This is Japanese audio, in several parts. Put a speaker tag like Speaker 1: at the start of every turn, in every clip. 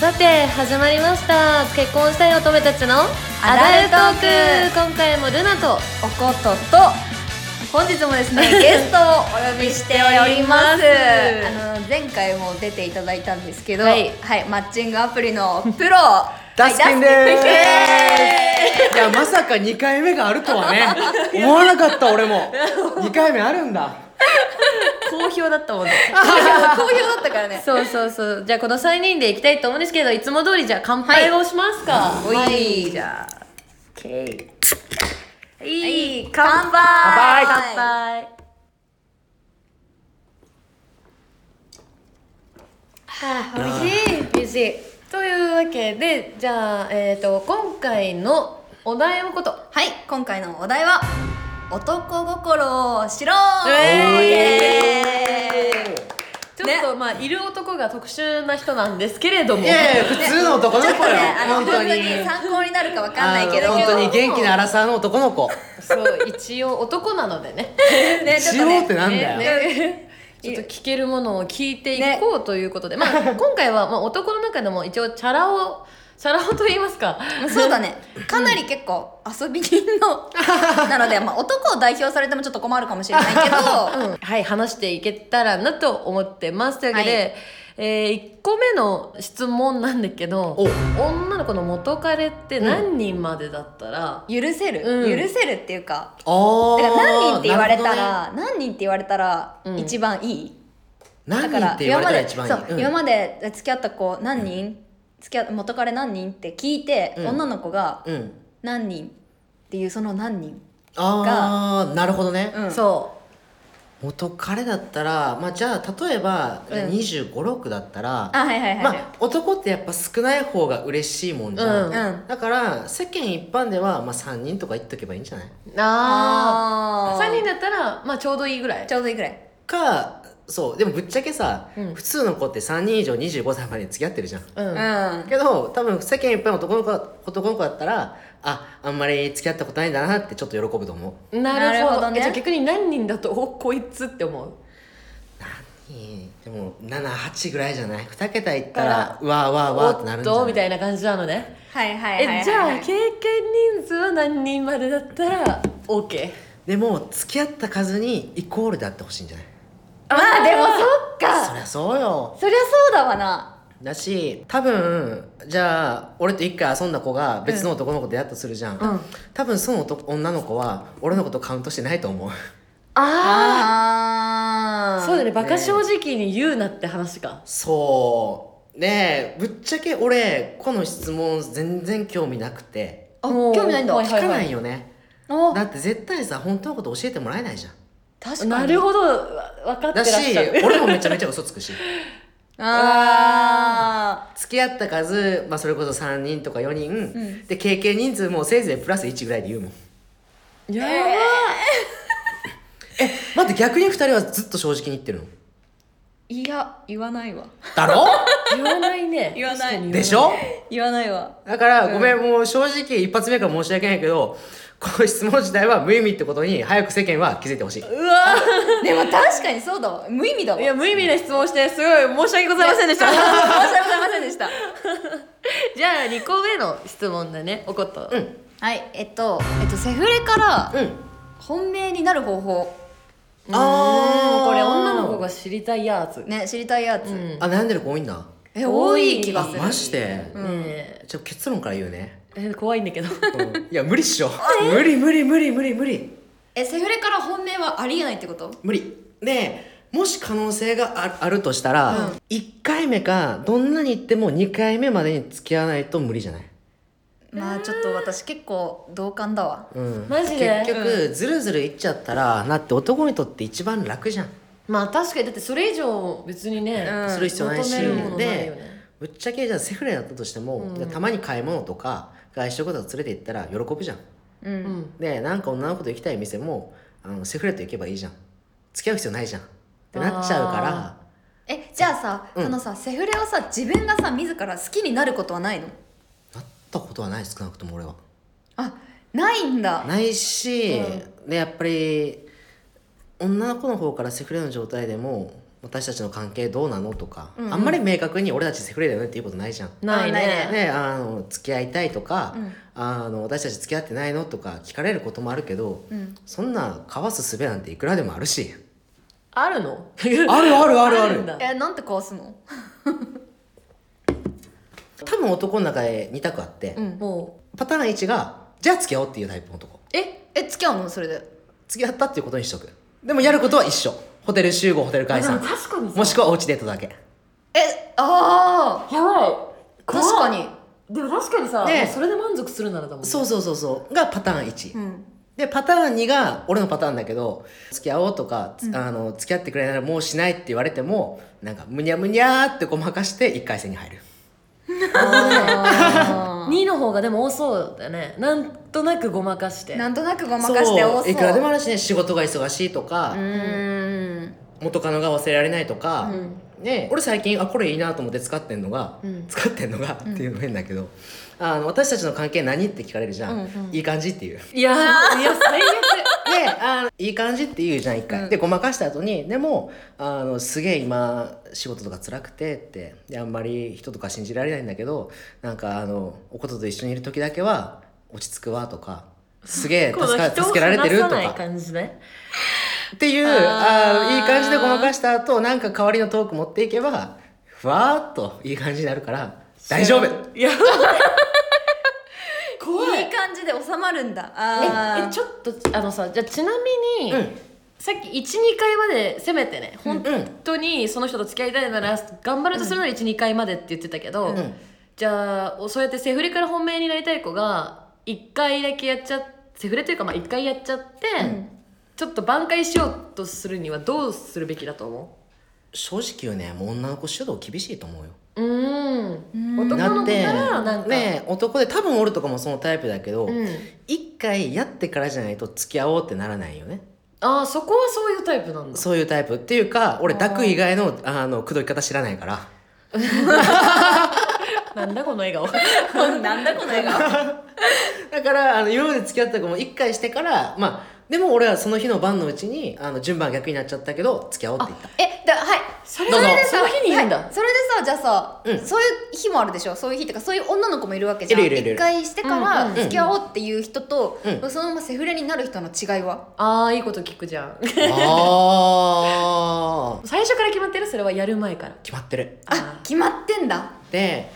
Speaker 1: さて始まりました結婚したい乙女たちのアダルトーク今回もルナと
Speaker 2: おことと本日もですねゲストをお呼びしておりま
Speaker 1: し
Speaker 2: す
Speaker 1: ております
Speaker 2: あの前回も出ていただいたんですけどは
Speaker 1: はいい、
Speaker 2: マッチングアプリのプロ
Speaker 3: ダスキンで
Speaker 2: はいダスキン
Speaker 3: すいやまさか2回目があると はね思わなかった俺も2回目あるんだ
Speaker 1: 好評だったもんね
Speaker 2: 好評だったから ね
Speaker 1: そうそうそうじゃあこの3人でいきたいと思うんですけどいつも通りじゃあ乾杯をしますか、
Speaker 2: おい、じゃあ
Speaker 1: いい
Speaker 2: 乾杯
Speaker 1: 乾杯はあ、美味しい美味しいというわけでじゃあ、えー、と今回のお題のこと
Speaker 2: はい今回のお題は男心を知ろう、
Speaker 1: え
Speaker 2: イエーイ
Speaker 1: ちょっと、まあいる男が特殊な人なんですけれども
Speaker 3: いやいや普通の男の
Speaker 2: ちょっ
Speaker 3: 子
Speaker 2: と
Speaker 3: よ
Speaker 2: ね、 あの
Speaker 3: 本
Speaker 2: 本
Speaker 3: 当
Speaker 2: 当
Speaker 3: に
Speaker 2: に参考になるかわかんないけど、
Speaker 3: あの本当に元気なアラサーの男 の子
Speaker 1: そう一応男なのでね
Speaker 2: ね、ちょっ
Speaker 3: し
Speaker 2: と
Speaker 3: ようっ
Speaker 2: ね
Speaker 3: て、なんだよ、
Speaker 1: ねちょっと聞けるものを聞いていこうということで、まあ今回は、まあ、男の中でも一応チャラ男チャラ男と言いますか
Speaker 2: そうだね、かなり結構遊び人の、なので、まあ、男を代表されてもちょっと困るかもしれないけど、
Speaker 1: はい、話していけたらなと思ってます。というわけで、
Speaker 2: はい
Speaker 1: え1個目の質問なんだけど、
Speaker 3: お
Speaker 1: 女の子の元彼って何人までだったら、
Speaker 2: 許せる、
Speaker 1: うん
Speaker 2: 許せるっていうか、
Speaker 3: あ
Speaker 2: だから何人って言われた
Speaker 3: なる
Speaker 2: ら、何人って言われたら
Speaker 1: うん
Speaker 2: 一番いい、
Speaker 3: ほど
Speaker 2: だ
Speaker 3: ね何
Speaker 2: か
Speaker 3: 人
Speaker 2: ら
Speaker 3: って言
Speaker 2: 今ま
Speaker 3: われたら
Speaker 2: で、
Speaker 3: 一番いい
Speaker 2: そう、
Speaker 3: うん
Speaker 2: 今まで付き合った子何人、付き合元彼何人って聞いて、
Speaker 3: うん
Speaker 2: 女の子が
Speaker 3: うん
Speaker 2: 何人っていうその何人、
Speaker 3: ああなるほどね、
Speaker 2: うん
Speaker 1: そ。
Speaker 3: 元彼だったらまあじゃあ例えば
Speaker 2: うん
Speaker 3: 2 5 6だったら、
Speaker 2: あはいはいはい、
Speaker 3: まあ、男ってやっぱ少ない方が嬉しいもんじゃん、
Speaker 2: うんうん
Speaker 3: だから世間一般では、まあ、3人とか言っとけばいいんじゃないう
Speaker 1: ああ。
Speaker 2: あー
Speaker 1: 3人だったら、まあちょうどいいぐらい
Speaker 2: ち。ょうどいいぐらい
Speaker 3: かそうでもぶっちゃけさ、
Speaker 1: うん
Speaker 3: 普通の子って3人以上25歳まで付き合ってるじゃん
Speaker 1: うん。
Speaker 2: うん
Speaker 3: けど多分世間一般の男の子男の子だったらああんまり付き合ったことないんだなってちょっと喜ぶと思う
Speaker 1: なるほど
Speaker 2: なるほどね
Speaker 1: えじゃあ逆に何人だと、おこいつって思う。
Speaker 3: 何でも78ぐらいじゃない2桁いった
Speaker 1: から
Speaker 3: らうわーわーわーってなるんじゃ
Speaker 1: おっ
Speaker 3: な
Speaker 1: とみたいな感じなのね。
Speaker 2: はいはいはいはいはい
Speaker 1: え、じゃあ経験人数は何人までだったら、OK。
Speaker 3: でも付き合った数にイコールであってほしいんじゃない
Speaker 2: まあでもそっ
Speaker 3: そ
Speaker 2: か
Speaker 3: りゃそうよ
Speaker 2: そりゃそうだわな
Speaker 3: だし多分じゃあ俺と一回遊んだ子が別の男の子と出会ったとするじゃん、
Speaker 1: うん
Speaker 3: 多分その男女の子は俺のことカウントしてないと思う
Speaker 1: あ
Speaker 2: あ
Speaker 1: あ。
Speaker 2: ー
Speaker 1: そうだね、バカ
Speaker 3: ね
Speaker 1: 正直に言うなって話か。
Speaker 3: そうねえぶっちゃけ俺この質問全然興味なくて
Speaker 2: あ
Speaker 1: もう
Speaker 2: 興味ないんだ、
Speaker 1: はい
Speaker 3: 聞
Speaker 1: はい
Speaker 3: かないよね、
Speaker 2: お
Speaker 3: だって絶対さ本当のこと教えてもらえないじゃん
Speaker 2: 確かに
Speaker 1: なるほど、わ分かってら
Speaker 3: だ
Speaker 1: っし
Speaker 3: し
Speaker 1: ゃる。
Speaker 3: 俺もめちゃめちゃ嘘つくし
Speaker 2: あ
Speaker 3: 付き合った数、まあ、それこそ3人とか4人、
Speaker 2: ん
Speaker 3: で経験人数もせいぜいプラス1ぐらいで言うもん
Speaker 1: やば
Speaker 3: 待って逆に2人はずっと正直に言ってるの
Speaker 2: ーいや言わないわ
Speaker 3: だろ
Speaker 1: 言わないね。
Speaker 2: 言わな
Speaker 1: 確
Speaker 2: い
Speaker 1: かに
Speaker 3: でしょ
Speaker 2: 言わないわ
Speaker 3: だから、ごめん、もう正直一発目から申し訳ないけど、この質問自体は無意味ってことに早く世間は気づいてほしい。
Speaker 1: うわ
Speaker 2: でも確かにそうだわ無意味だわ
Speaker 1: ーいや、無意味な質問をして、すごい申し訳ございませんで した。
Speaker 2: 申し訳ございませんでした
Speaker 1: じゃあ、2個目の質問だね、おこと。
Speaker 3: うん
Speaker 2: はいえっと、えっと、セフレから
Speaker 3: うん。
Speaker 2: 本命になる方法
Speaker 3: あ
Speaker 1: これ、女の子が知りたいやつ。ね
Speaker 2: ね知りたいやつ、
Speaker 1: ん
Speaker 3: あ、悩んでる子多いんだ。
Speaker 2: え多い気がする
Speaker 3: マジで、
Speaker 1: え
Speaker 3: ちょ、結論から言うね。
Speaker 1: え怖いんだけど。
Speaker 3: いや、無理っしょ。無理無理無理無理無理。
Speaker 2: えセフレから本命はありえないってこと
Speaker 3: 無理。で、もし可能性がああるとしたら、1回目か、どんなに言っても2回目までに付き合わないと無理じゃない
Speaker 2: まあちょっと私結構同感だわ
Speaker 3: うん、
Speaker 1: マジで
Speaker 3: 結局、ずるずるいっちゃったらなって男にとって一番楽じゃん
Speaker 1: まあ、確かに、だってそれ以上、別にね、
Speaker 2: うん
Speaker 3: する必要ないし、
Speaker 1: 求めるものないよ
Speaker 3: で
Speaker 1: ね。
Speaker 3: ぶっちゃけじゃあセフレだったとしても、じゃあたまに買い物とか外食とか連れて行ったら喜ぶじゃん
Speaker 2: うん、
Speaker 1: うん。
Speaker 3: でなんか女の子と行きたい店もあのセフレと行けばいいじゃん付き合う必要ないじゃんってなっちゃうから
Speaker 2: えじゃあさ、
Speaker 3: うん
Speaker 2: そのさセフレをさ自分がさ自ら好きになることはないの
Speaker 3: なったことはない少なくとも俺は
Speaker 2: あないんだ
Speaker 3: ないし、でやっぱり女の子の方からセフレの状態でも私たちの関係どうなのとか、
Speaker 2: うんうん
Speaker 3: あんまり明確に俺たちセフレだよねっていうことないじゃん。
Speaker 1: ない
Speaker 2: ない
Speaker 1: ね
Speaker 2: ね
Speaker 3: ね、あの付き合いたいとか、
Speaker 2: うん
Speaker 3: あの私たち付き合ってないのとか聞かれることもあるけど、
Speaker 2: うん
Speaker 3: そんなかわす術なんていくらでもあるし
Speaker 1: あるの
Speaker 3: あるあるあるあ
Speaker 1: ん
Speaker 3: る
Speaker 1: だ
Speaker 2: えなんてかわすの
Speaker 3: 多分男の中で2択あって、
Speaker 2: うん
Speaker 1: もう
Speaker 3: パターン1がじゃあ付き合おうっていうタイプの男
Speaker 1: え
Speaker 2: え付き合うのそれで
Speaker 3: 付き合ったっていうことにしとくでもやることは一緒ホテル集合ホテル解
Speaker 1: で
Speaker 3: 散
Speaker 1: も確かにさ
Speaker 3: もしくはおうちデートだけ
Speaker 2: えあ
Speaker 1: やばい
Speaker 2: あ確かに
Speaker 1: でも確かにさ、も
Speaker 3: ね
Speaker 1: うそれで満足するならだもんね
Speaker 3: そうそうそうそうがパターン1、
Speaker 2: うん
Speaker 3: でパターン2が俺のパターンだけど付き合おうとか、つあの付き合ってくれないならもうしないって言われてもなんかむにゃむにゃーってごまかして1回戦に入る
Speaker 2: あ
Speaker 1: 2の方がでも多そうだよねなんとなくごまかして
Speaker 2: ー なんとなくごまかして多そう
Speaker 3: いくらでもあるしね仕事が忙しいとか、
Speaker 2: うーん
Speaker 3: 元カノが忘れられないとか、
Speaker 1: う
Speaker 3: ね、俺最近あこれいいなと思って使ってんのが、
Speaker 1: うん
Speaker 3: 使ってんのがっていうの変だけど、あの私たちの関係何って聞かれるじゃん、
Speaker 2: うん
Speaker 3: いい感じっていう。
Speaker 1: いやーいや最悪
Speaker 3: であのいい感じって言うじゃん一回、でごまかした後にでもあのすげえ今仕事とか辛くてってであんまり人とか信じられないんだけどなんかあのおことと一緒にいる時だけは落ち着くわとかすげえ助か助けられてると
Speaker 1: この人を離さない
Speaker 3: か
Speaker 1: 感じね
Speaker 3: っていう
Speaker 2: あー
Speaker 3: あーいい感じでごまかした後なんか代わりのトーク持っていけばふわーっといい感じになるから大丈夫
Speaker 1: いや
Speaker 2: いい感じで収まるんだあ
Speaker 1: え
Speaker 2: ー
Speaker 1: えちょっとあのさじゃあちなみに、
Speaker 3: うん
Speaker 1: さっき12回までせめてね本当にその人と付き合いたいなら頑張るとするなら12回までって言ってたけど、
Speaker 3: ん
Speaker 1: じゃあそうやってセフレから本命になりたい子が1回だけやっちゃセフレというかまあ1回やっちゃって、ちょっと挽回しようとするにはどうするべきだと思
Speaker 3: 正直言うねもう女の子主導厳しいと思うよ
Speaker 1: ううーん
Speaker 2: う
Speaker 1: 男
Speaker 3: だ
Speaker 1: の
Speaker 3: っ
Speaker 1: 子か
Speaker 3: て
Speaker 1: らなんか
Speaker 3: ねえ男で多分俺とかもそのタイプだけど、
Speaker 1: うん、
Speaker 3: 一回やってからじゃないと付き合おうってならないよね
Speaker 1: ああそこはそういうタイプなんだ
Speaker 3: そういうタイプっていうか俺抱く以外のあの口説き方知らないから
Speaker 1: なんだこの笑顔
Speaker 2: なんだこの笑顔
Speaker 3: だからあの今まで付き合った子も一回してからまあでも俺はその日の晩のうちにあの順番逆になっちゃったけど付き合おうって言った
Speaker 2: えだはい
Speaker 1: それ
Speaker 3: どうぞ
Speaker 1: でさその日に言うんだ、
Speaker 2: はいそれでさじゃあさ、
Speaker 3: うん
Speaker 2: そういう日もあるでしょそういう日ってかそういう女の子もいるわけじゃん
Speaker 3: いるいるいる
Speaker 2: 一回してか
Speaker 1: うんう
Speaker 2: ら
Speaker 1: ん
Speaker 2: 付き合おうっていう人と、
Speaker 3: うん
Speaker 2: そのままセフレになる人の違いは、
Speaker 1: ああいいこと聞くじゃん
Speaker 3: あー
Speaker 1: 最初から決まってるそれはやる前から
Speaker 3: 決まってる
Speaker 2: あ決まってんだ
Speaker 3: で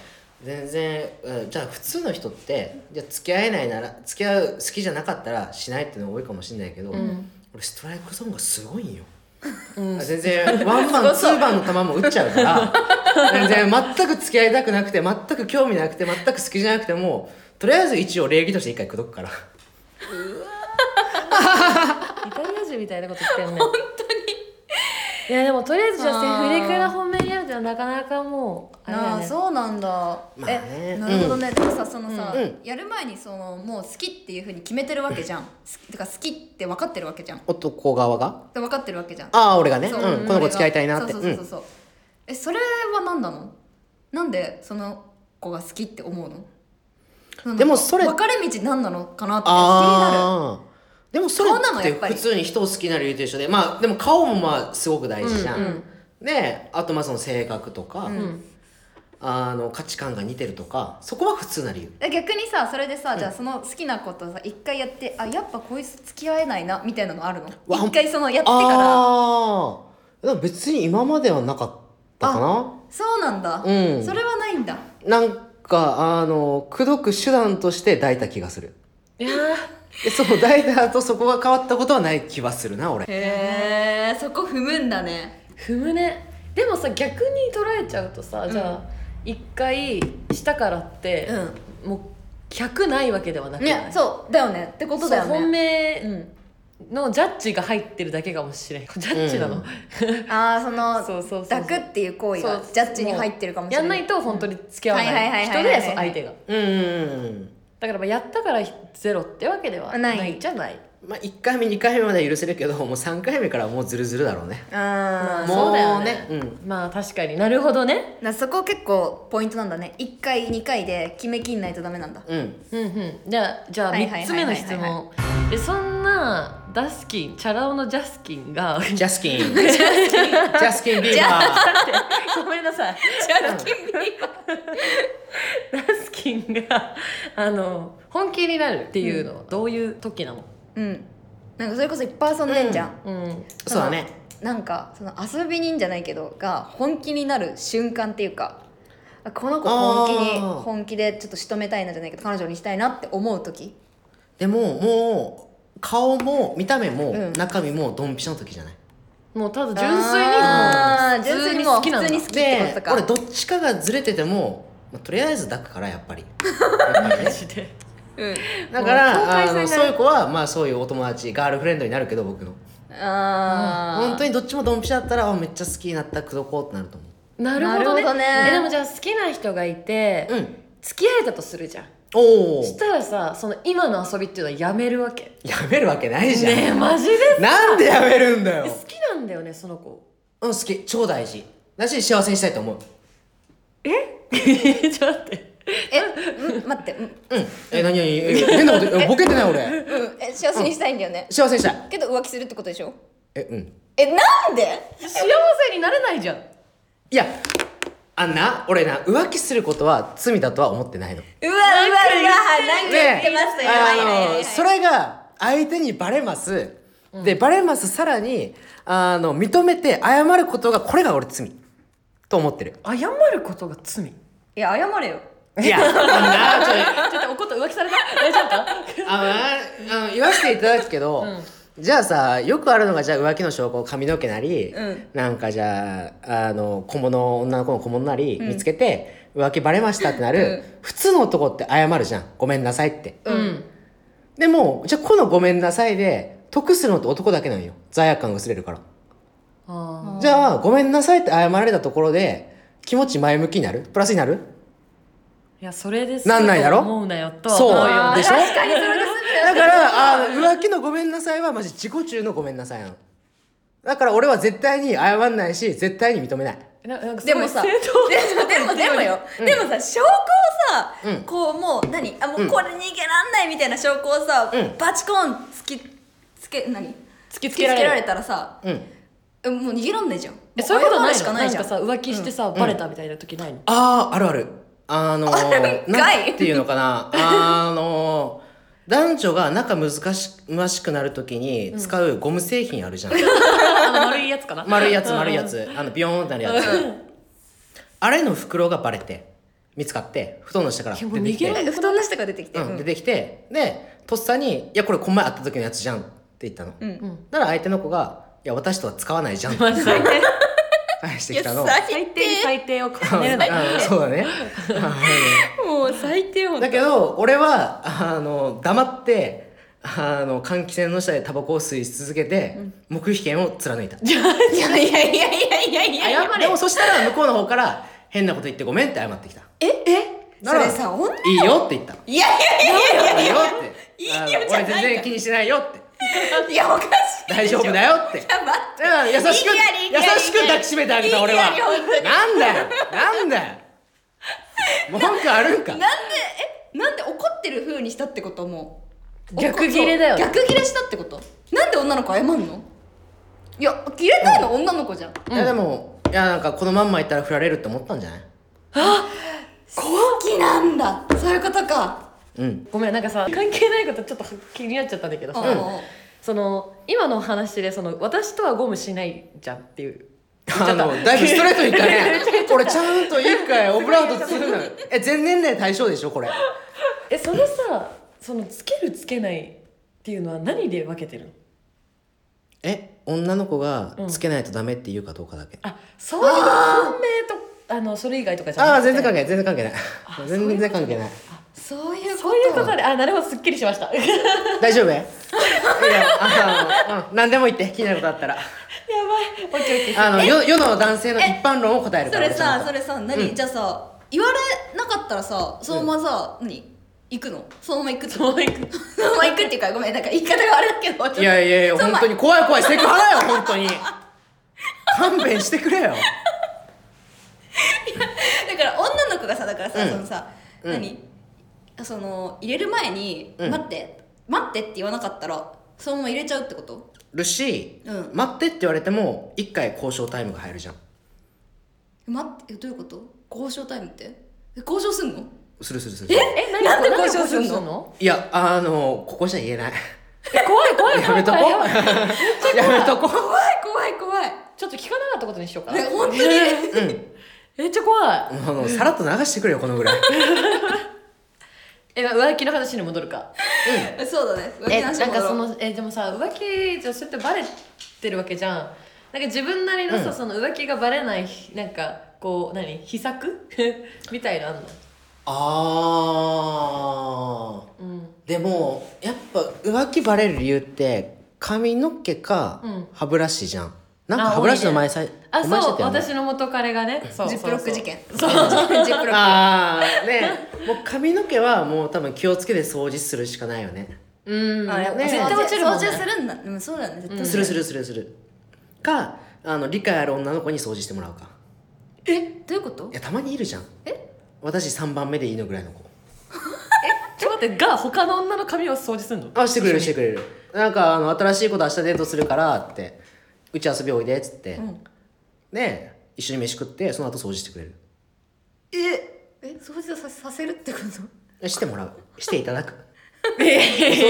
Speaker 3: 全然、うんじゃあ普通の人ってじゃあ付き合えないなら付き合う好きじゃなかったらしないっていうのが多いかもしれないけど、
Speaker 1: ん
Speaker 3: 俺ストライクゾーンがすごいんよ
Speaker 1: うん
Speaker 3: あ全然ワ ンバンツーバンの球も打っちゃうから全然全く付き合いたくなくて全く興味なくて全く好きじゃなくてもとりあえず一応礼儀として一回口説くから
Speaker 1: イタリア人みたいなこと言ってんね本当にいやでもとりあえずじゃあ
Speaker 2: あ
Speaker 1: セ
Speaker 2: ー
Speaker 1: フレから本命になるってのはなかなかもうあれだよ
Speaker 2: ああ
Speaker 1: ね
Speaker 2: そうなんだ、
Speaker 3: まあね
Speaker 2: えなるほどね、でもさそのさ、
Speaker 3: うん
Speaker 2: やる前にそのもう好きっていうふうに決めてるわけじゃんすてか好きって分かってるわけじゃん
Speaker 3: 男側が
Speaker 2: で分かってるわけじゃん
Speaker 3: ああ俺がね、
Speaker 2: そう
Speaker 3: うん、この子付き合いたいなって
Speaker 2: そううそうそうんそう、えそれは何なのなんでその子が好きって思うのその
Speaker 3: でもそれ
Speaker 2: 分かれ道何なのかなって気になる
Speaker 3: ああでもそれ
Speaker 2: 顔なの
Speaker 3: って
Speaker 2: やっぱ
Speaker 3: 普
Speaker 2: り
Speaker 3: 通に人を好きになる理由と一緒でまあでも顔もまあすごく大事じゃん、
Speaker 1: うんうん
Speaker 3: であとまあその性格とか、
Speaker 1: ん
Speaker 3: あの価値観が似てるとかそこは普通な理由
Speaker 2: え逆にさそれでさ、じゃあその好きなことをさ一回やってあやっぱこいつ付き合えないなみたいなのあるの
Speaker 3: わ
Speaker 2: 一回そのやってから
Speaker 3: ああでも別に今まではなかったかな
Speaker 2: そうなんだ、
Speaker 3: うん
Speaker 2: それはないんだ
Speaker 3: なんかあの口説く手段として抱いた気がする
Speaker 1: いや
Speaker 3: でそう抱いた後そこが変わったことはない気はするな俺
Speaker 2: へえそこ踏むんだね
Speaker 1: ー踏むねでもさ逆に捉えちゃうとさ、じゃあ一回したからって、もう100ないわけではなくない
Speaker 2: ねそうだよねってことだよ
Speaker 1: そう本
Speaker 2: ね
Speaker 1: 命のジャッジが入ってるだけかもしれん ジャッジなの、
Speaker 3: うん
Speaker 2: ああその
Speaker 1: そうそうそうそう
Speaker 2: 抱くっていう行為が
Speaker 1: そう
Speaker 2: ジャッジに入ってるかもしれ
Speaker 1: や
Speaker 2: ない
Speaker 1: んないと本当に付き合わ
Speaker 2: はいは
Speaker 1: ない
Speaker 2: はいいは
Speaker 1: 人
Speaker 2: いはい
Speaker 1: でそう相手が
Speaker 3: うん
Speaker 1: だからまあやったからゼロってわけでは
Speaker 2: ない
Speaker 1: ないじゃない
Speaker 3: まあ、1回目2回目までは許せるけどもう3回目からはもうズルズルだろうね
Speaker 2: あー
Speaker 3: も
Speaker 1: そうだよ
Speaker 3: ね
Speaker 1: ね
Speaker 3: うん
Speaker 1: まあ確かになるほどね
Speaker 2: なそこ結構ポイントなんだね1回2回で決めきんないとダメなんだ
Speaker 3: うん
Speaker 1: うんうんじゃあじゃあ
Speaker 2: はいはいはいはいはい
Speaker 1: 3つ目の質問えそんなダスキンチャラ男のジャスキン が
Speaker 3: ジャスキンジャスキンビーバー
Speaker 1: ごめんなさいダスキンがあの本気になるっていうのはどういう時なの
Speaker 2: うんなんかそれこそいっぱい遊んでんじゃん、
Speaker 1: うん
Speaker 3: そうだね
Speaker 2: なんかその遊び人じゃないけどが本気になる瞬間っていうかあこの子本気に
Speaker 3: あー
Speaker 2: 本気でちょっと仕留めたいなじゃないけど彼女にしたいなって思う時
Speaker 3: でももう顔も見た目も
Speaker 2: うん
Speaker 3: 中身もドンピシャの時じゃない、
Speaker 1: もうただ
Speaker 2: あー
Speaker 1: 純粋にもう普通に好きなんだ
Speaker 2: 純粋にもう普通に好きってこと
Speaker 3: で
Speaker 2: か
Speaker 3: 俺どっちかがずれてても、まあとりあえず抱くからやっぱりやっぱりね
Speaker 1: マジで
Speaker 2: うん
Speaker 3: だからあ
Speaker 1: もう境界線が
Speaker 3: のそういう子はまあそういうお友達ガールフレンドになるけど僕の
Speaker 2: あー
Speaker 3: 本当にどっちもドンピシャだったらあめっちゃ好きになった口説こうってなると思
Speaker 1: なるほどね
Speaker 2: なるほどね
Speaker 1: えでもじゃあ好きな人がいて、
Speaker 3: ううん
Speaker 1: 付き合えたとするじゃん
Speaker 3: おお
Speaker 1: したらさその今の遊びっていうのはやめるわけね
Speaker 3: やめるわけないじゃん、
Speaker 1: えマジで
Speaker 3: なんでやめるんだよ
Speaker 1: 好きなんだよねその子
Speaker 3: うん好き超大事だし幸せにしたいと思う
Speaker 1: ちょっと待って
Speaker 2: えうん待ってうん
Speaker 3: うんえ何何え変なことえボケてない 俺
Speaker 2: うんえ幸せにしたいんだよね、
Speaker 3: 幸せにしたい
Speaker 2: けど浮気するってことでしょ
Speaker 3: えうん
Speaker 2: えなんで
Speaker 1: 幸せになれないじゃん
Speaker 3: いやあんな俺な浮気することは罪だとは思ってないの
Speaker 2: うわうわうわなんか言ってます
Speaker 3: で
Speaker 2: よ、はいはいは
Speaker 3: あ
Speaker 2: いは
Speaker 3: の
Speaker 2: い
Speaker 3: それが相手にバレます、でバレますさらにあの認めて謝ることがこれが俺罪と思ってる
Speaker 1: 謝ることが罪ち
Speaker 2: いや謝れよ
Speaker 3: いやあのなちょっ
Speaker 1: ょ
Speaker 3: と
Speaker 1: っと怒った浮気された大丈夫か
Speaker 3: あのなあの言わせていただくけど、じゃあさよくあるのがじゃあ浮気の証拠髪の毛なり、
Speaker 2: うん
Speaker 3: なんかじゃああの小物女の子の小物なり見つけて、浮気バレましたってなる、普通の男って謝るじゃんごめんなさいって
Speaker 1: うん
Speaker 3: でもじゃあこの「ごめんなさい」で得するのって男だけなんよ罪悪感が薄れるから
Speaker 1: あ
Speaker 3: じゃあ「ごめんなさい」って謝られたところで気持ち前向きになるプラスになる
Speaker 1: ーいやそれです
Speaker 3: なんないやろ
Speaker 1: 思うなよとは
Speaker 3: そう
Speaker 1: 思よ
Speaker 3: でしょ
Speaker 2: 確かにそれが全て
Speaker 3: だからあの浮気の「ごめんなさい」はマジ自己中の「ごめんなさい」なのだから俺は絶対に謝んないし絶対に認めない
Speaker 1: ななんかす
Speaker 2: で
Speaker 1: ご
Speaker 2: も
Speaker 1: い
Speaker 2: さ
Speaker 1: 正
Speaker 2: で
Speaker 1: 当
Speaker 2: もでもでもよ、でもさ証拠をさ、
Speaker 3: うん
Speaker 2: こうもう何あもううんこれ逃げらんないみたいな証拠をさ、
Speaker 3: うん
Speaker 2: バチコーン突きつけ何突
Speaker 1: 突き
Speaker 2: き
Speaker 1: つ
Speaker 2: つけ
Speaker 1: けられ
Speaker 2: ら
Speaker 1: る
Speaker 2: れたらさ
Speaker 3: うん
Speaker 2: えもう逃げらんないじゃん
Speaker 1: えそういうことない
Speaker 2: 謝るしか
Speaker 1: の
Speaker 2: な
Speaker 1: ないん
Speaker 2: じゃ
Speaker 1: か
Speaker 2: ん
Speaker 1: さ浮気してさ、バレたみたいな時ないの
Speaker 3: あああるあるあ の
Speaker 2: あるん
Speaker 3: ー、
Speaker 2: かい
Speaker 3: なんていうのかなあのー、男女が仲難しむしくなるときに使うゴム製品あるじゃん、
Speaker 1: あの丸いやつかな
Speaker 3: 丸いやつ丸いやつあのビヨーンってなるやつあれの袋がバレて見つかって布団の下から
Speaker 1: いや
Speaker 3: 出
Speaker 1: もう
Speaker 3: てき
Speaker 1: 逃げら
Speaker 3: て
Speaker 1: れ
Speaker 2: え布団の下から出てきて、
Speaker 3: う、
Speaker 2: うんん
Speaker 3: 出てきてでとっさに「いやこれこの前会った時のやつじゃん」って言ったの、
Speaker 2: うん
Speaker 3: なら相手の子が「いや私とは使わないじゃん」って
Speaker 1: マジ最低
Speaker 3: 返して
Speaker 2: いや
Speaker 3: きたの
Speaker 2: 最
Speaker 1: 最低に
Speaker 2: 低
Speaker 1: 最低を重
Speaker 3: うん
Speaker 1: ねるの
Speaker 3: うんそうだね
Speaker 2: もう最低
Speaker 3: だけど俺はあの黙ってあの換気扇の下でタバコを吸い続けて、黙秘権を貫いた
Speaker 2: いやいやいやいやいやいやいや
Speaker 1: 謝れ
Speaker 3: でもそしたら向こうの方から変なこと言ってごめんって謝ってきた
Speaker 2: ええ
Speaker 3: だ
Speaker 2: そ
Speaker 3: から
Speaker 2: れさ女
Speaker 3: いいよって言った
Speaker 2: いやいやいやいや
Speaker 3: いいよって
Speaker 2: いいよ
Speaker 3: あの
Speaker 2: じゃないから
Speaker 3: 俺全然気にしてないよって
Speaker 2: いやおかしい
Speaker 3: 大丈夫だよって
Speaker 2: やばっ
Speaker 3: うん優しく
Speaker 2: いいやりいいや
Speaker 3: 優
Speaker 2: り
Speaker 3: しく抱きしめてあげた俺はい
Speaker 2: いやり本当に
Speaker 3: なんだよなんだよ文句あるんか
Speaker 2: なんでえなんで怒ってる風にしたってことも
Speaker 1: 逆ギレだよね
Speaker 2: そう逆ギレしたってことなんで女の子謝んのいやギレたいの女の子じゃん
Speaker 3: いやでもいやなんかこのまんまいったら振られるって思ったんじゃない
Speaker 2: 好きなんだそういうことか
Speaker 3: うん
Speaker 1: ごめんなんかさ関係ないことちょっと気になっちゃったんだけどさ、
Speaker 2: うん
Speaker 1: その今のお話でその私とはゴムしないじゃんっていう
Speaker 3: あのだいぶストレートにいったね俺ちゃんと一回オブラート包むのよえ全年齢対象でしょこれ
Speaker 1: えそれさそのつけるつけないっていうのは何で分けてるの
Speaker 3: え女の子がつけないとダメって言うかどうかだけ、
Speaker 1: あそういう本命とあのそれ以外とかじゃ
Speaker 3: あ
Speaker 1: な
Speaker 3: あ
Speaker 1: くて
Speaker 3: 全然関係ない全然関係ない全然関係ない
Speaker 2: そういうこと
Speaker 1: そういうことであなるほどすっきりしましたい や
Speaker 3: 大丈夫 いやあの、うん、何でも言って気になることあったら
Speaker 1: ばいオッケーオッケー
Speaker 3: あの世世の男性の一般論を答えるか
Speaker 2: そ
Speaker 3: ら
Speaker 2: れさ
Speaker 3: 俺ちゃんと
Speaker 2: それさ何、
Speaker 3: うん
Speaker 2: じゃあさ言われなかったらさそのままさ、何行くのそのまま行くそのまま行く そのまま行くっていうかごめんなんか言い方が悪いけどちょっと
Speaker 3: いやいやいや
Speaker 2: その
Speaker 3: 本
Speaker 2: ま
Speaker 3: 当に怖い怖いセクハ ラよ本当に勘弁してくれ
Speaker 2: だ
Speaker 3: よ
Speaker 2: から女の子がさだからさ、
Speaker 3: うん
Speaker 2: そのさ、
Speaker 3: うん
Speaker 2: 何その入れる前に「
Speaker 3: うん
Speaker 2: 待って待って」って言わなかったらそのまま入れちゃうってこと
Speaker 3: るし、
Speaker 2: うん
Speaker 3: 待ってって言われても一回交渉タイムが入るじゃん
Speaker 2: 待ってえどういうこと交渉タイムってえ交渉すんの
Speaker 3: するするする
Speaker 1: え何
Speaker 2: なんで
Speaker 1: 何
Speaker 2: 交渉すんの
Speaker 3: いやあのここじゃ言えない
Speaker 1: え怖い怖い怖い
Speaker 3: やめとこ
Speaker 1: やばい
Speaker 3: やめとこ
Speaker 2: 怖い怖い怖い
Speaker 1: ちょっと聞かなかったことにしようかな
Speaker 2: ね本当に
Speaker 3: う ん
Speaker 1: めっちゃ怖い
Speaker 3: あのさらっと流してくれよこのぐらい
Speaker 1: え浮気の話に戻るか
Speaker 2: そうだね浮
Speaker 1: え
Speaker 2: 気
Speaker 1: なん
Speaker 2: 話戻ろ
Speaker 1: か
Speaker 2: う
Speaker 1: そのえでもさ浮気じゃそうやってバレてるわけじゃんなんか自分なりのさ、
Speaker 3: うん
Speaker 1: その浮気がバレないなんかこう何秘策 みたいなのあんの
Speaker 3: あー
Speaker 1: うん
Speaker 3: でもやっぱ浮気バレる理由って髪の毛か
Speaker 1: うん
Speaker 3: 歯ブラシじゃんなんか
Speaker 1: あ
Speaker 3: 歯ブラシの
Speaker 1: 多い
Speaker 3: 前
Speaker 1: ね
Speaker 3: さ
Speaker 1: あ
Speaker 3: お前して
Speaker 1: そう
Speaker 3: たよね
Speaker 1: 私の元彼がねそう
Speaker 2: ジップロック事件
Speaker 1: そうそう
Speaker 2: ジップロッ
Speaker 3: ああ ねもう髪の毛はもう多分気をつけて掃除するしかないよね、
Speaker 1: そううん
Speaker 2: クあやっぱ
Speaker 1: ね
Speaker 2: 掃除
Speaker 1: 絶対落ちるもんね
Speaker 2: 掃除するんだうんそうだよね絶対
Speaker 3: するするするするかあの理解ある女の子に掃除してもらうか
Speaker 2: えどういうこと
Speaker 3: いやたまにいるじゃん
Speaker 2: え
Speaker 3: 私3番目でいいのぐらいの子
Speaker 1: ちょっと待ってが他の女の髪を掃除すん の
Speaker 3: あしてくれるしてくれるなんかあの新しい子と明日デートするからってうち遊びおいでっつって、
Speaker 2: ん
Speaker 3: で一緒に飯食ってその後掃除してくれる
Speaker 2: ええ掃除をささせるってこと
Speaker 3: えしてもらうしていただく
Speaker 1: 掃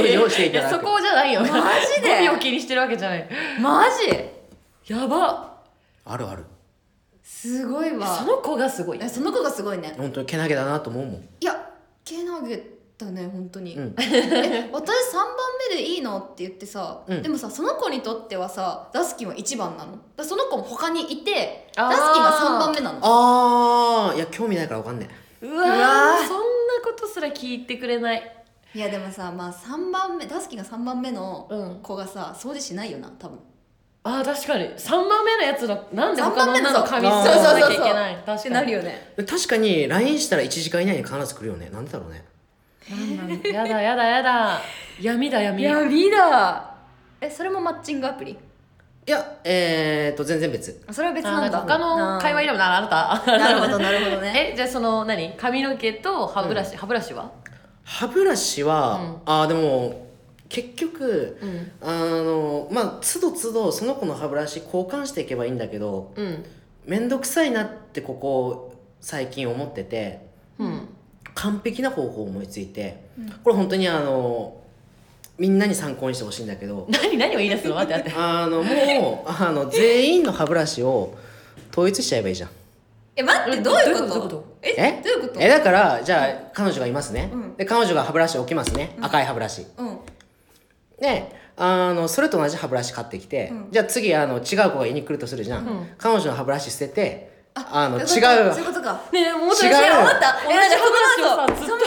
Speaker 3: 除をしていただく
Speaker 1: そこじゃないよマ
Speaker 2: ジで
Speaker 1: ゴミを気にしてるわけじゃない
Speaker 2: マジ
Speaker 1: やば
Speaker 3: あるある
Speaker 2: すごいわ
Speaker 1: その子がすごい
Speaker 2: えその子がすごいね
Speaker 3: 本当にけなげだなと思うもん
Speaker 2: いやけなげだね本当に、
Speaker 3: うん
Speaker 2: え私3番目でいいのって言ってさ、
Speaker 3: うん
Speaker 2: でもさその子にとってはさダスキンは1番なのだからその子も他にいて
Speaker 1: あー
Speaker 2: ダスキンが3番目なの
Speaker 3: あーいや興味ないから分かんね
Speaker 1: うわ
Speaker 2: うわー
Speaker 1: そんなことすら聞いてくれない
Speaker 2: いやでもさまあ3番目ダスキンが3番目の
Speaker 1: うん
Speaker 2: 子がさ掃除しないよな多分
Speaker 1: あー確かに3番目のやつだなんで
Speaker 2: 三
Speaker 1: 他
Speaker 2: 番
Speaker 1: の
Speaker 2: 目
Speaker 1: 女
Speaker 2: の
Speaker 1: の髪
Speaker 3: そう
Speaker 1: 掃除しな
Speaker 2: そうそ
Speaker 1: きゃ
Speaker 2: う
Speaker 1: い
Speaker 2: そう
Speaker 1: けない確かに
Speaker 2: ってなるよね
Speaker 3: え確かに LINE したら1時間以内に必ず来るよねなんでだろうね
Speaker 1: なんなんやだやだやだ闇だ闇
Speaker 2: リーダーえそれもマッチングアプリ
Speaker 3: いやえー、と全然別
Speaker 2: あそれは別
Speaker 1: あー
Speaker 2: な
Speaker 1: なんん
Speaker 2: だ
Speaker 1: か他の会話いらもなあなた
Speaker 2: なるほどなるほど ね
Speaker 1: えじゃあその何髪の毛と歯ブラシ、歯ブラシは
Speaker 3: 歯ブラシは、ああでも結局、
Speaker 1: うん
Speaker 3: あのまあつどつどその子の歯ブラシ交換していけばいいんだけど
Speaker 1: うん
Speaker 3: 面倒くさいなってここ最近思ってて
Speaker 1: うん
Speaker 3: 完璧な方法を思いついて、
Speaker 2: うん
Speaker 3: これ本当にあのみんなに参考にしてほしいんだけど
Speaker 1: 何 何を言い出すの待って待って
Speaker 3: あのもうあの全員の歯ブラシを統一しちゃえばいいじゃん
Speaker 2: え待ってどういうこと
Speaker 1: どういうことどういうこと
Speaker 2: え
Speaker 3: え
Speaker 2: どういうこと
Speaker 3: えだからじゃあ彼女がいますね、
Speaker 2: うん
Speaker 3: で彼女が歯ブラシ置きますね、赤い歯ブラシ
Speaker 2: うん
Speaker 3: であのそれと同じ歯ブラシ買ってきて、
Speaker 2: うん
Speaker 3: じゃあ次あの違う子が家に来るとするじゃん、
Speaker 1: うん
Speaker 3: 彼女の歯ブラシ捨ててあの違う
Speaker 2: そういうことか
Speaker 1: ねえもうちょい
Speaker 3: 違う
Speaker 2: いや
Speaker 3: よ
Speaker 2: 思った
Speaker 1: 同じ
Speaker 2: えなんかその
Speaker 1: 歯ブラシをさずっ
Speaker 2: 後その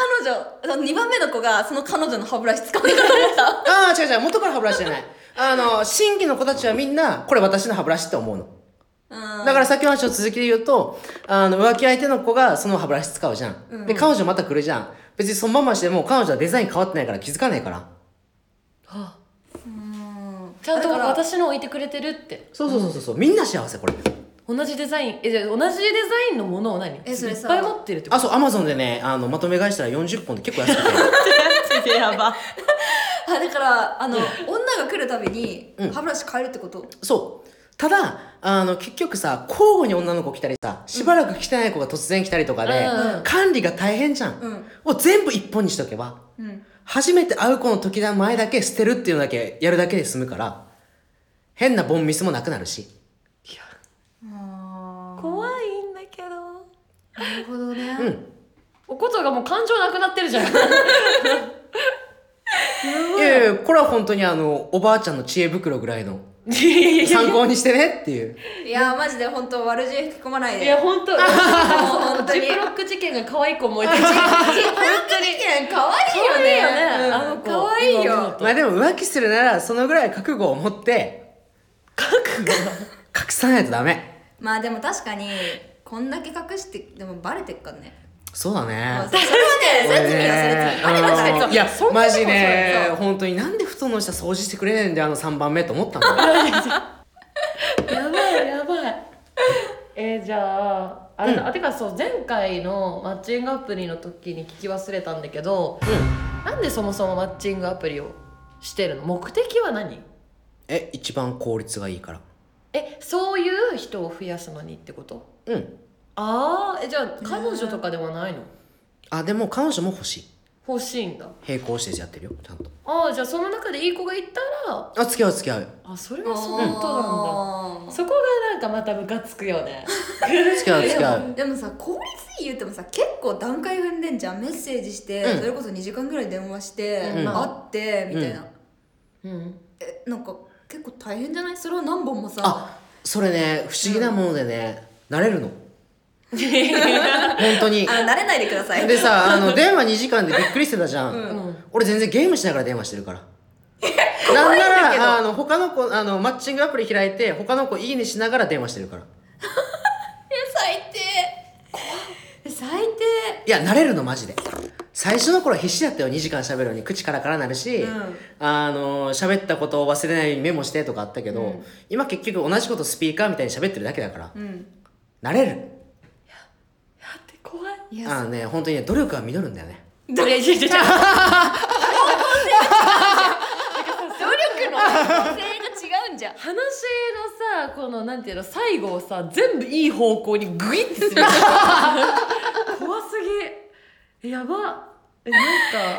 Speaker 2: 彼女その2番目の子がその彼女の歯ブラシ使わなかった
Speaker 3: ああ違う違う元から歯ブラシじゃないあの新規の子たちはみんなこれ私の歯ブラシって思うの
Speaker 2: うん
Speaker 3: だからさっきの話の続きで言うとあの浮気相手の子がその歯ブラシ使うじゃん、で彼女また来るじゃん別にそのまましても彼女はデザイン変わってないから気づかないから
Speaker 1: はあ
Speaker 2: うん
Speaker 1: ちゃんと
Speaker 2: だから
Speaker 1: 私の置いてくれてるって
Speaker 3: そうそうそうそうそうみんな幸せこれ
Speaker 1: 同じデザインえじゃあ同じデザインのものを何
Speaker 2: えそれ
Speaker 1: いっ
Speaker 2: さ
Speaker 1: ぱい持ってるってこ
Speaker 3: あそうアマゾンでねあのまとめ買いしたら40本で結構安くて
Speaker 1: とやば
Speaker 2: あだからあの女が来るたびに
Speaker 3: うん
Speaker 2: 歯ブラシ変えるってこと
Speaker 3: そうただあの結局さ交互に女の子来たりさしばらく来てない子が突然来たりとかで、
Speaker 1: うん
Speaker 3: 管理が大変じゃん、
Speaker 2: うん
Speaker 3: もう全部一本にしとけば
Speaker 2: うん
Speaker 3: 初めて会う子の時の前だけ捨てるっていうのだけやるだけで済むから変なボンミスもなくなるし
Speaker 1: 怖いんだけど
Speaker 2: なるほどね
Speaker 3: うん
Speaker 1: おことがもう感情なくなってるじゃん
Speaker 3: いやいやこれは本当にあのおばあちゃんの知恵袋ぐらいの
Speaker 1: い
Speaker 3: 参考にしてねっていう
Speaker 2: いやマジで本当悪知恵吹き込まないで
Speaker 1: や本当
Speaker 2: 本当
Speaker 1: ジ
Speaker 2: に
Speaker 1: ップロック事件が可愛い子思い出し
Speaker 2: 可愛いよね
Speaker 1: 可愛いよねあの子
Speaker 2: 可愛い
Speaker 1: 今思う
Speaker 2: よ
Speaker 1: と
Speaker 3: まあでも浮気するならそのぐらい覚悟を持って 覚悟隠さないとダメ
Speaker 2: まあでも確かにこんだけ隠してでもバレてっかんね
Speaker 3: そうだね
Speaker 2: まあそれはね、それ罪よ、それ罪。あれは罪
Speaker 3: あのいや
Speaker 1: そんな
Speaker 3: マ
Speaker 1: こと
Speaker 3: ジ
Speaker 1: ない
Speaker 3: ね本当になんで布団の下掃除してくれねえんであの3番目と思ったのあ
Speaker 1: やばいやばいえーじゃああれだ、あてかそう前回のマッチングアプリの時に聞き忘れたんだけど、なんでそもそもマッチングアプリをしてるの目的は何
Speaker 3: え一番効率がいいから
Speaker 1: えそういう人を増やすのにってこと
Speaker 3: うん
Speaker 1: ああじゃあ彼女とかではないの
Speaker 3: あでも彼女も欲しい
Speaker 1: 欲しいんだ
Speaker 3: 並行してやってるよちゃんと
Speaker 1: ああじゃあその中でいい子がいたら
Speaker 3: あ付き合う付き合う
Speaker 1: あそれ
Speaker 2: そう
Speaker 1: はそういうことなんだそこがなんかまたムカつくよ ね
Speaker 3: 付き合う付き合
Speaker 2: でも
Speaker 3: う
Speaker 2: でもさ効率いい言ってもさ結構段階踏んでんじゃんメッセージして、
Speaker 3: うん
Speaker 2: それこそ2時間ぐらい電話して、
Speaker 1: うん
Speaker 2: 会ってみたいな、
Speaker 3: うん
Speaker 1: うん
Speaker 2: えなんか結構大変じゃないそれは何本もさ
Speaker 3: あそれね不思議なものでね、慣れるの本当に
Speaker 2: あの慣れないでください
Speaker 3: でさあの電話2時間でびっくりしてたじゃん、
Speaker 1: うん
Speaker 3: 俺全然ゲームしながら電話してるからなんならあの他の子あのマッチングアプリ開いて他の子いいねしながら電話してるから
Speaker 2: 最低最低
Speaker 3: いや慣れるのマジで最初の頃は必死だったよ2時間喋るのに口からからなるし、
Speaker 2: うん
Speaker 3: あの喋ったことを忘れないようにメモしてとかあったけど、今結局同じことスピーカーみたいに喋ってるだけだから、
Speaker 2: うん
Speaker 3: 慣れる
Speaker 1: だって怖い
Speaker 2: いや
Speaker 3: あのね本当にね努力は実るんだよね
Speaker 1: どれじゃじゃ じゃ
Speaker 2: 努力の方性が違うんじゃん
Speaker 1: 話のさこのなんていうの最後をさ全部いい方向にグイッてする怖すぎやばえな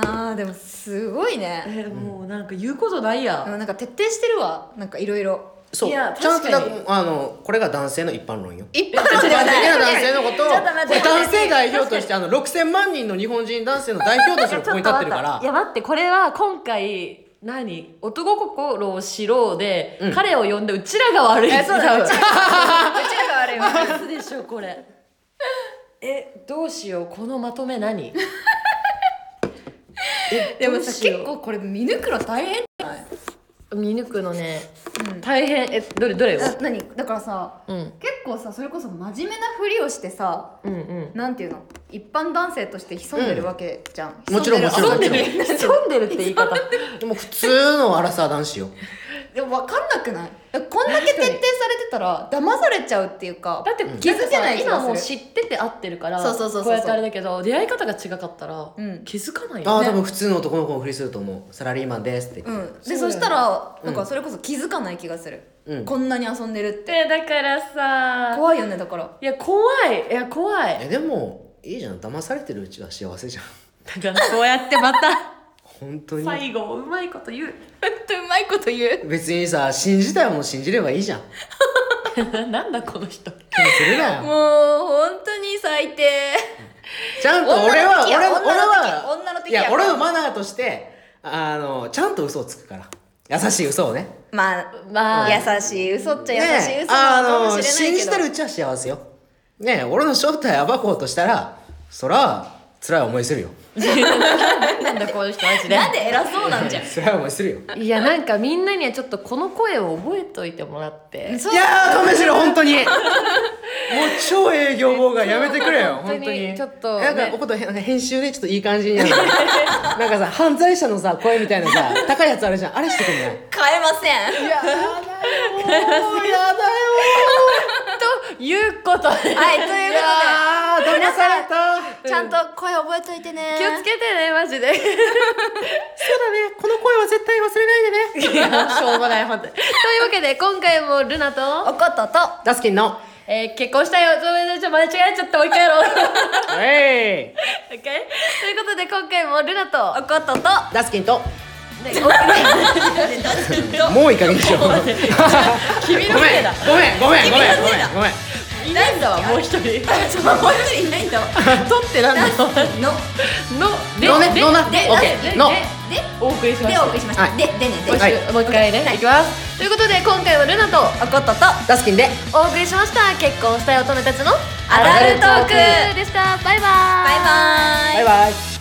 Speaker 1: んか
Speaker 2: なあでもすごいね
Speaker 1: えもうなんか言うことないや、
Speaker 2: でもなんか徹底してるわなんかいろいろ
Speaker 3: そう
Speaker 1: いや
Speaker 3: ちゃんとだ
Speaker 1: 確かに
Speaker 3: あのこれが男性の一般論よ
Speaker 2: 一般的
Speaker 3: 一般的な男性のことを
Speaker 2: ちょっと待って
Speaker 3: 男性代表としてあの6000万人の日本人男性の代表としてのここに立ってるか
Speaker 1: い
Speaker 3: ら
Speaker 1: や待ってこれは今回何男心を知ろうで、
Speaker 3: うん
Speaker 1: 彼を呼んでうちらが悪い
Speaker 2: えそう
Speaker 1: 多
Speaker 2: だ う
Speaker 1: 分
Speaker 2: ちらがうちらが悪いわ
Speaker 1: ミスでしょこれえどうしようこのまとめ 何え
Speaker 2: でも
Speaker 1: どう
Speaker 2: さ
Speaker 1: しよう
Speaker 2: 結構これ見抜くの大変
Speaker 1: 見抜くのね、
Speaker 2: うん
Speaker 1: 大変えどれどれを、
Speaker 2: あ何だからさ
Speaker 1: うん、
Speaker 2: 結構さそれこそ真面目なふりをしてさ
Speaker 1: うんうん
Speaker 2: なんていうの一般男性として潜んでるわけじゃん、
Speaker 3: もちろんもちろ
Speaker 1: 潜んで
Speaker 3: も
Speaker 1: る
Speaker 3: ち
Speaker 1: 潜んでるって言い方
Speaker 3: でも普通のアラサー男子よ
Speaker 2: でも分かんなくないだからこんだけ徹底されてたら騙されちゃうっていうか
Speaker 1: だって
Speaker 3: ん
Speaker 1: 気づけな
Speaker 2: 気づけない
Speaker 1: い
Speaker 2: 気がする
Speaker 1: 今もう知ってて合ってるから
Speaker 2: そうそうそうそう
Speaker 1: こうやってあれだけど出会い方が違かったら、
Speaker 2: うん
Speaker 1: 気づかない
Speaker 3: あ
Speaker 1: よ
Speaker 3: あ
Speaker 1: ね
Speaker 3: 多分普通の男の子をふりすると思うサラリーマンですって
Speaker 2: う
Speaker 3: 言って、
Speaker 2: んで
Speaker 1: そ
Speaker 2: そう
Speaker 1: だよね
Speaker 2: したらなんかそれこそ気づかない気がする、
Speaker 3: うん
Speaker 2: こんなに遊んでるって
Speaker 1: でだからさ
Speaker 2: 怖いよねだから
Speaker 1: いや怖いいや怖い
Speaker 3: えでもいいじゃん騙されてるうちは幸せじゃん
Speaker 1: だからそうやってまた
Speaker 3: 本当に
Speaker 1: 最後もうまいこと言う
Speaker 2: ほん とうまいこと言う
Speaker 3: 別にさ信じたいもの信じればいいじゃん
Speaker 1: なんだこの人
Speaker 3: 気にする
Speaker 2: も
Speaker 3: な
Speaker 2: う
Speaker 3: よ
Speaker 2: 本当に最低
Speaker 3: ちゃんと俺は俺は俺は
Speaker 2: 女の敵
Speaker 3: い
Speaker 2: や
Speaker 3: や俺のマナーとしてあのちゃんと嘘をつくから優しい嘘をね
Speaker 2: まあ
Speaker 1: まあ
Speaker 2: 優しい嘘っちゃ優
Speaker 3: ね
Speaker 2: しい
Speaker 3: え
Speaker 2: 嘘なのかもしれ
Speaker 3: 信
Speaker 2: ないけ
Speaker 3: じ
Speaker 2: ど、
Speaker 3: てるうちは幸せよねえ俺の正体を暴こうとしたらそら辛い思いするよ
Speaker 1: なんだこの人マジで
Speaker 2: なんで偉そうなんじゃん
Speaker 3: 辛い思いするよ
Speaker 1: いやなんかみんなにはちょっとこの声を覚えといてもらって
Speaker 2: そう
Speaker 3: いやー、試しろ、本当に。もう超営業妨害やめてくれよ、
Speaker 1: 本当に
Speaker 3: 本当に。
Speaker 1: ちょっと
Speaker 3: なんか、
Speaker 1: ね
Speaker 3: おこと、なんか編集でちょっといい感じになる。なんかさ、犯罪者のさ、声みたいなさ、高いやつあるじゃん、あれしてくんない。
Speaker 2: 変えません
Speaker 3: いやだよー、やだよ
Speaker 1: ということで
Speaker 2: はいと いうこ
Speaker 3: ー。いやー、騙された。
Speaker 2: とでちゃんと声覚えといてね
Speaker 1: 気をつけてねマジで
Speaker 3: そうだね、この声は絶対忘れないでね。
Speaker 1: いやしょうもない本当にというわけで今回もルナ
Speaker 2: お
Speaker 1: と、
Speaker 2: ことと
Speaker 3: ダスキンの。
Speaker 1: えー結婚したいよちょちょ間違えちゃったもう一回やろう
Speaker 3: えい。
Speaker 1: OK ということで今回もルナと
Speaker 2: おことと
Speaker 3: ダスキンと。
Speaker 1: ねお
Speaker 3: もういい加減にしよう。ごめん、
Speaker 1: 君の
Speaker 3: ごめ
Speaker 1: せい
Speaker 3: ん
Speaker 1: だ、
Speaker 3: ごめん、ごめん、ご
Speaker 2: 君の
Speaker 3: めん
Speaker 2: せいだ、
Speaker 3: ごめん。
Speaker 1: いないんだわもう一 人取
Speaker 2: ちょ本当にいないんだわ
Speaker 1: ってなんだの
Speaker 2: の
Speaker 3: のね
Speaker 1: で
Speaker 3: のな
Speaker 1: で
Speaker 3: オッケー
Speaker 1: で
Speaker 3: の
Speaker 1: でお送りしまし
Speaker 2: で
Speaker 1: た
Speaker 2: お送りしました、
Speaker 3: はい
Speaker 2: ででねで、
Speaker 3: はい
Speaker 1: もう一回ね、い、きますということで今回はルナと
Speaker 2: おことと
Speaker 3: ダスキンで。
Speaker 1: お送りしました結婚したい乙女たちの
Speaker 2: アダルトーク
Speaker 1: でしたバイバーイ
Speaker 2: バイバーイ
Speaker 3: バイバイ。